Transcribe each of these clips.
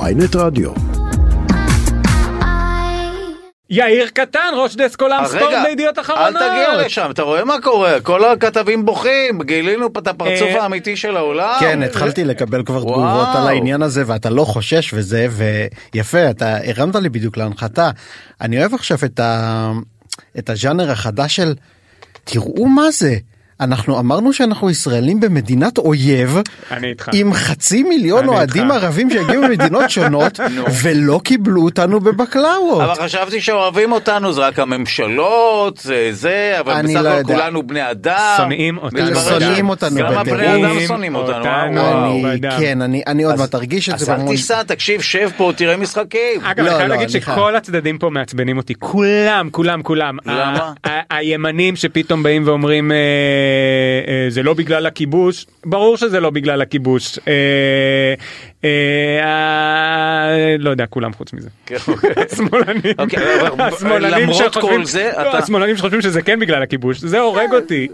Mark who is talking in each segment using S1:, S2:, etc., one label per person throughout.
S1: ויינט רדיו.
S2: יאיר קטן, ראש דסק עולם ספורט
S3: אה, רגע,
S2: בידיעות
S3: אל
S2: אחרונות.
S3: תגיע לשם, אתה רואה מה קורה? כל הכתבים בוכים, גילינו את הפרצוף
S2: אה,
S3: האמיתי של העולם.
S4: כן, התחלתי לקבל כבר
S3: אה, וואו.
S4: תגובות על העניין הזה ואתה לא חושש וזה ויפה אתה הרמת לי בדיוק להנחתה. אני אוהב עכשיו את, ה... את הז'אנר החדש של תראו מה זה. אנחנו אמרנו שאנחנו ישראלים במדינת אויב
S2: אני איתך.
S4: עם חצי מיליון
S2: אני
S4: אוהדים
S2: איתך.
S4: ערבים שהגיעו ממדינות שונות ולא קיבלו אותנו בבקלאוות.
S3: אבל חשבתי שאוהבים אותנו, זה רק הממשלות, זה זה, אבל
S4: אני
S3: בסך
S4: לא
S3: הכל
S4: יודע.
S3: כולנו בני אדם.
S2: שונאים אותנו
S3: מתברר
S4: שונאים
S3: שגם
S4: אותנו
S3: גם הבני
S4: בטירוף.
S3: אדם שונאים אותנו.
S2: אותנו.
S3: וואו.
S4: אני,
S2: וואו,
S4: כן, אני, אני עוד מעט ארגיש את
S3: אז
S4: זה.
S3: אל
S4: בהמון-
S3: תיסע, תקשיב, שב פה, תראה משחקים.
S2: אגב, אני
S4: לא,
S2: חייב
S4: לא,
S2: להגיד
S4: אני חייב.
S2: שכל הצדדים פה מעצבנים אותי, כולם, כולם, כולם.
S3: למה?
S2: ה- ה- הימנים שפתאום באים ואומרים, אה, אה, זה לא בגלל הכיבוש, ברור שזה לא בגלל הכיבוש. אה, אה, אה, לא יודע, כולם חוץ מזה.
S3: כן, אוקיי.
S2: השמאלנים,
S3: אוקיי, אבל- אבל
S2: השמאלנים
S3: למרות
S2: שחושבים-
S3: כל זה,
S2: לא,
S3: אתה- אה,
S2: השמאלנים שחושבים שזה כן בגלל הכיבוש, זה הורג אותי.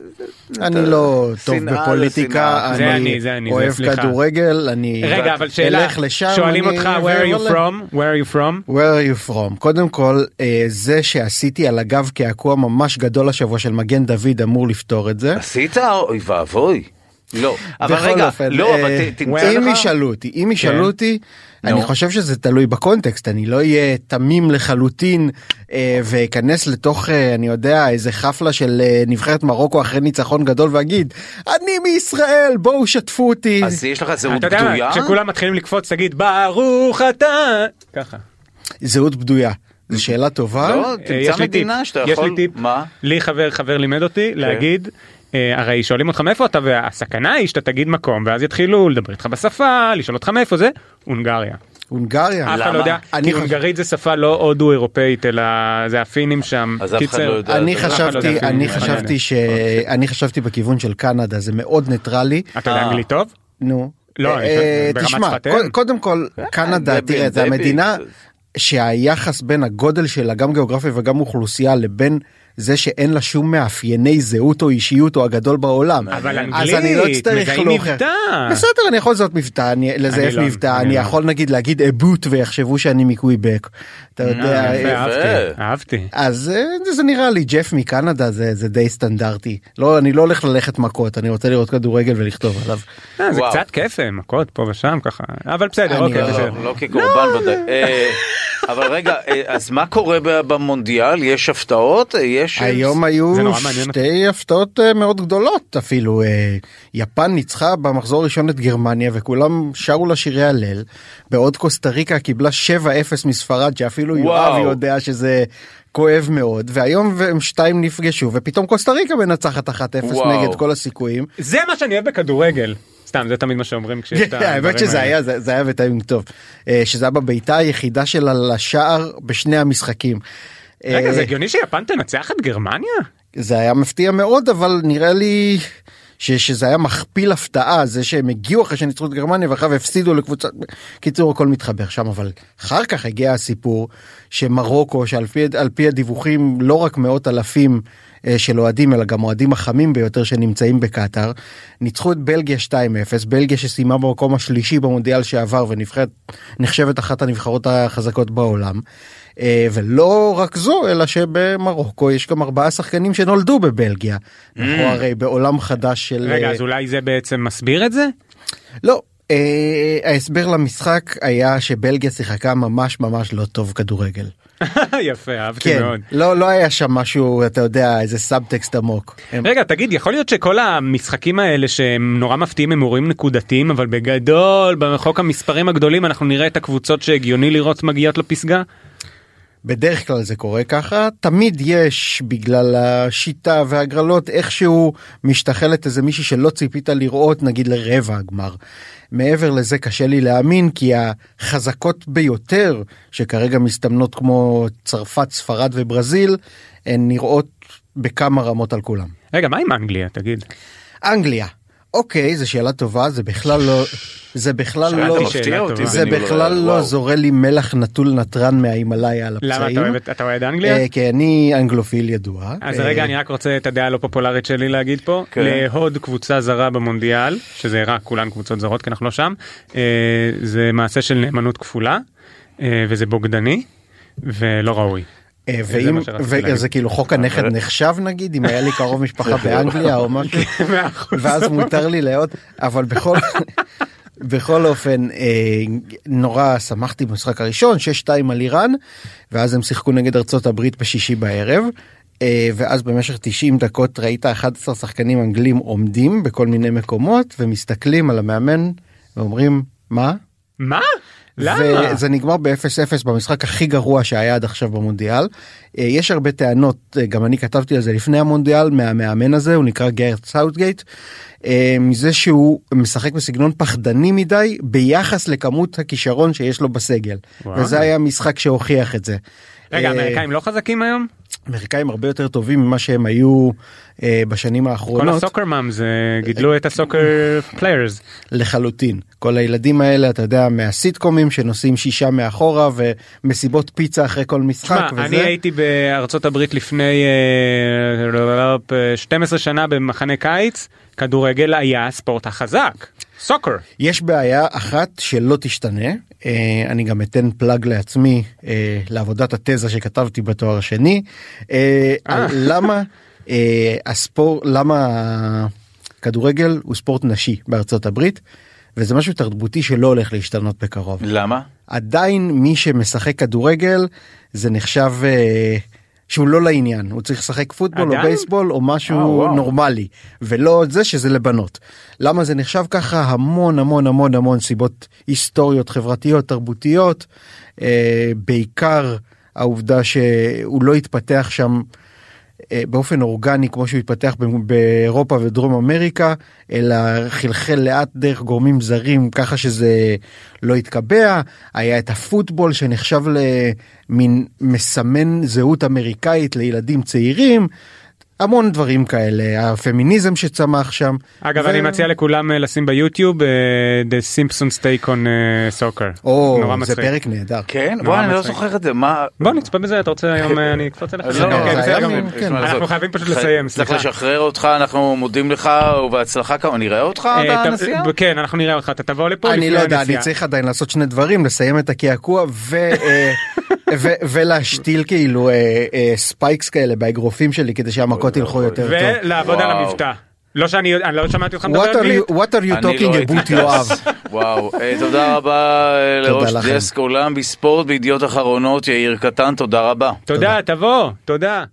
S4: אני לא טוב
S3: שנאה
S4: בפוליטיקה,
S3: לשנאה.
S2: זה
S4: אני
S2: אני, זה אני, זה
S4: אוהב
S2: סליחה.
S4: כדורגל, אני
S2: רגע, אבל שאלה,
S4: אלך לשם,
S2: שואלים
S4: אני-
S2: אותך, where are you
S4: ואללה."
S2: from? where are you from?
S4: where are you from? קודם כל, אה, זה שעשיתי על הגב קעקוע ממש גדול השבוע של מגן דוד אמור לפתור את זה.
S3: עשית? אוי ואבוי. לא, אבל
S4: בכל
S3: רגע,
S4: אופן,
S3: לא,
S4: אה,
S3: אבל ת- תמצא
S4: אם
S3: לך. כן.
S4: ישאלו אותי, אם ישאלו אותי, אני
S3: נו.
S4: חושב שזה תלוי בקונטקסט, אני לא אהיה תמים לחלוטין אה, ואכנס לתוך, אה, אני יודע, איזה חפלה של אה, נבחרת מרוקו אחרי ניצחון גדול ואגיד, אני מישראל, בואו שתפו אותי.
S3: אז יש לך זהות
S2: אתה יודע,
S3: בדויה?
S2: כשכולם מתחילים לקפוץ, תגיד, ברוך אתה, ככה.
S4: זהות בדויה. זו שאלה טובה.
S3: לא,
S2: אה, יש
S3: תמצא
S2: לי טיפ,
S3: מדינה שאתה
S2: יש לי
S3: יכול...
S2: טיפ.
S3: מה? כן.
S2: לי חבר, חבר לימד אותי להגיד, אה, הרי שואלים אותך מאיפה אתה, והסכנה היא שאתה תגיד מקום, ואז יתחילו לדבר איתך בשפה, לשאול אותך מאיפה זה, הונגריה.
S4: הונגריה.
S2: אף אחד לא יודע,
S4: אני
S2: כי
S4: חושב-
S2: הונגרית זה שפה לא הודו-אירופאית, אלא זה הפינים שם.
S3: אז אף אחד
S2: קיצר,
S3: לא יודע.
S4: אני
S3: אז אף אחד
S2: לא יודע
S4: חשבתי,
S2: אפילו
S4: אני
S2: מה זה.
S4: חשבתי ש... אני חשבתי בכיוון של קנדה, זה מאוד ניטרלי.
S2: אתה יודע אנגלית טוב?
S4: נו.
S2: לא,
S4: אה,
S2: אני שואל, ברמת אה,
S4: תשמע,
S2: שפתיהם?
S4: קוד- קודם כל, קנדה,
S3: כן, דבי,
S4: תראה, זה
S3: דבי.
S4: המדינה
S2: אה,
S4: שהיחס בין הגודל שלה, גם גיאוגרפי וגם אוכלוסייה, לבין זה שאין לה שום מאפייני זהות או אישיות או הגדול בעולם.
S2: אבל
S4: אז אני לא
S2: אנגלית,
S4: אצטרך
S2: מזהים
S4: להוכיח.
S2: מבטא.
S4: בסדר, אני יכול לזהות מבטא, אני לזייף
S2: לא,
S4: מבטא,
S2: אני
S4: אני
S2: לא.
S4: יכול נגיד להגיד אבוט ויחשבו שאני מקוויבק. אתה יודע,
S2: יפה,
S4: אה,
S2: אהבתי, אהבתי.
S4: אז אה, זה- זה נראה לי ג'ף מקנדה זה זה די סטנדרטי לא אני לא הולך ללכת מכות אני רוצה לראות כדורגל ולכתוב עליו.
S2: אה, זה
S3: וואו.
S2: קצת כיף, אה, מכות פה ושם ככה, אבל בסדר,
S4: אני
S2: אוקיי,
S4: לא-
S2: בסדר.
S3: לא, לא כקורבן ודאי. אה, אבל רגע, אה, אז מה קורה ב- במונדיאל? יש הפתעות? אה, יש...
S4: היום
S2: זה
S4: היו
S2: נורא מעניין
S4: שתי הפתעות אה, מאוד גדולות אפילו אה, יפן ניצחה במחזור הראשון את גרמניה וכולם שרו לה שירי הלל בעוד קוסטה ריקה קיבלה 7-0 מספרד שאפילו
S3: וואו.
S4: יואב יודע שזה כואב מאוד והיום הם שתיים נפגשו ופתאום קוסטה ריקה מנצחת 1-0
S3: וואו.
S4: נגד כל הסיכויים.
S2: זה מה שאני אוהב בכדורגל. סתם, זה תמיד מה שאומרים כשיש את
S4: כן, האמת שזה היה זה זה היה בטיימינג טוב אה, שזה היה בבעיטה היחידה שלה לשער בשני המשחקים.
S2: רגע,
S4: אה,
S2: זה הגיוני שיפן תנצח את גרמניה?
S4: זה היה מפתיע מאוד אבל נראה לי ש, שזה היה מכפיל הפתעה זה שהם הגיעו אחרי שניצחו את גרמניה ואחריו הפסידו לקבוצה קיצור הכל מתחבר שם אבל אחר כך הגיע הסיפור שמרוקו שעל פי על פי הדיווחים לא רק מאות אלפים אה, של אוהדים אלא גם אוהדים החמים ביותר שנמצאים בקטאר ניצחו את בלגיה 2-0 בלגיה שסיימה במקום השלישי במונדיאל שעבר ונבחרת נחשבת אחת הנבחרות החזקות בעולם. אה, ולא רק זו אלא שבמרוקו יש גם ארבעה שחקנים שנולדו בבלגיה. אנחנו הרי בעולם חדש של
S2: Mm. רגע,
S4: אה,
S2: אז אולי זה בעצם מסביר את זה?
S4: לא. אה, ההסבר למשחק היה שבלגיה שיחקה ממש ממש לא טוב כדורגל.
S2: יפה, אהבתי
S4: כן,
S2: מאוד.
S4: לא לא היה שם משהו אתה יודע איזה סאבטקסט עמוק. הם-
S2: רגע, תגיד, יכול להיות שכל המשחקים האלה שהם נורא מפתיעים הם אירועים נקודתיים, אבל בגדול, בחוק המספרים הגדולים אנחנו נראה את הקבוצות שהגיוני לראות מגיעות לפסגה?
S4: בדרך כלל זה קורה ככה תמיד יש בגלל השיטה והגרלות איכשהו משתחלת איזה מישהי שלא ציפית לראות נגיד לרבע הגמר. מעבר לזה קשה לי להאמין כי החזקות ביותר שכרגע מסתמנות כמו צרפת ספרד וברזיל הן נראות בכמה רמות על כולם.
S2: רגע, מה עם אנגליה, תגיד?
S4: אנגליה. אוקיי, זו שאלה טובה, זה בכלל לא... זה בכלל
S3: שאלת
S4: לא...
S3: אותי שאלה טובה.
S4: זה
S3: בניהול
S4: בכלל
S3: הראיון,
S4: לא
S3: וואו.
S4: זורה לי מלח נטול נתרן מההימאליה על הפצעים.
S2: למה אתה אוהב את- אתה אוהד אנגליה?
S4: אה, כי אני אנגלופיל ידוע.
S2: אז
S4: אה,
S2: רגע אני רק רוצה את הדעה הלא פופולרית שלי להגיד פה
S3: כן.
S2: להוד קבוצה זרה במונדיאל שזה רק כולן קבוצות זרות כי אנחנו לא שם אה, זה מעשה של נאמנות כפולה אה, וזה בוגדני ולא ראוי.
S4: אה,
S2: זה
S4: ואם...
S2: מה שרציתי להגיד.
S4: וזה כאילו חוק הנכד נחשב נגיד, אם היה לי קרוב משפחה באנגליה או משהו.
S2: מאה אחוז.
S4: ואז מותר לי להיות אבל בכל בכל אופן אה, נורא שמחתי במשחק הראשון 6-2 על איראן ואז הם שיחקו נגד ארצות הברית בשישי בערב. אה, ואז במשך 90 דקות ראית 11 שחקנים אנגלים עומדים בכל מיני מקומות ומסתכלים על המאמן ואומרים מה?
S2: מה? למה?
S4: וזה נגמר ב-0-0 במשחק הכי גרוע שהיה עד עכשיו במונדיאל. אה, יש הרבה טענות, אה, גם אני כתבתי על זה לפני המונדיאל, מהמאמן הזה, הוא נקרא גארט סאוטגייט, אה, מזה שהוא משחק בסגנון פחדני מדי ביחס לכמות הכישרון שיש לו בסגל.
S2: וואו.
S4: וזה היה משחק שהוכיח את זה.
S2: רגע
S4: אה,
S2: האמריקאים לא חזקים היום?
S4: אמריקאים הרבה יותר טובים ממה שהם היו אה, בשנים
S2: כל
S4: האחרונות.
S2: הסוקר מאמס אה, גידלו את הסוקר פליירס.
S4: לחלוטין. כל הילדים האלה, אתה יודע, מהסיטקומים שנוסעים שישה מאחורה ומסיבות פיצה אחרי כל משחק
S2: תשמע, אני
S4: וזה.
S2: הייתי בארצות הברית לפני אה, לא, לא, לא, אה, 12 שנה במחנה קיץ, כדורגל היה הספורט החזק, סוקר.
S4: יש בעיה אחת שלא תשתנה, אה, אני גם אתן פלאג לעצמי אה, לעבודת התזה שכתבתי בתואר השני, אה, על למה אה, הספורט, למה הכדורגל הוא ספורט נשי בארצות הברית, וזה משהו תרבותי שלא הולך להשתנות בקרוב.
S3: למה?
S4: עדיין מי שמשחק כדורגל זה נחשב אה, שהוא לא לעניין הוא צריך לשחק פוטבול
S2: עדיין?
S4: או בייסבול או משהו
S3: אה, וואו.
S4: נורמלי ולא את זה שזה לבנות. למה זה נחשב ככה המון המון המון המון סיבות היסטוריות חברתיות תרבותיות אה, בעיקר העובדה שהוא לא התפתח שם. אה, באופן אורגני כמו שהוא התפתח ב- באירופה ודרום אמריקה אלא חלחל לאט דרך גורמים זרים ככה שזה לא התקבע היה את הפוטבול שנחשב למין מסמן זהות אמריקאית לילדים צעירים המון דברים כאלה הפמיניזם שצמח שם.
S2: אגב,
S4: ו-
S2: אני מציע לכולם אה, לשים ביוטיוב אה, The Simpsons Take on אה, Soccer.
S4: או,
S2: נורא
S4: זה
S2: מצחיק.
S4: פרק נהדר.
S3: כן?
S2: נורא
S3: וואי, אני לא
S2: מצחיק.
S3: זוכר את זה, מה...
S2: בוא נצפה בזה, אתה רוצה היום אה, אני אקפוץ אליך?
S3: אז
S4: לא,
S2: אוקיי,
S4: זה היה
S2: בסדר
S4: מ-
S2: גמור.
S4: כן.
S3: תשמע,
S2: אנחנו
S3: זאת-
S2: חייבים פשוט
S3: צריך-
S2: לסיים,
S3: צריך
S2: סליחה.
S3: לשחרר אותך, אנחנו מודים לך, ובהצלחה כמה, נראה אותך
S2: אה,
S3: עד
S2: טוב,
S3: הנסיעה?
S2: ב- כן, אנחנו נראה אותך, אתה תבוא לפה
S4: אני
S2: לפני
S4: לא יודע, אני
S2: הנסיעה.
S4: צריך עדיין לעשות שני דברים, לסיים את הקעקוע ו... אה, ו- ולהשתיל כאילו אה, אה, ספייקס כאלה באגרופים שלי כדי שהמכות ילכו יותר טוב.
S2: ולעבוד על
S3: וואו.
S2: המבטא. לא שאני, אני לא שמעתי אותך מדבר
S4: What are
S2: אנגלית.
S4: you- What are you
S3: אני לא
S4: talking
S3: הייתי
S4: about יואב?
S3: טס. וואו, אה, תודה רבה אה,
S4: תודה
S3: לראש
S4: לכם.
S3: דסק עולם בספורט בידיעות אחרונות, יאיר קטן, תודה רבה.
S2: תודה, תבוא, תודה.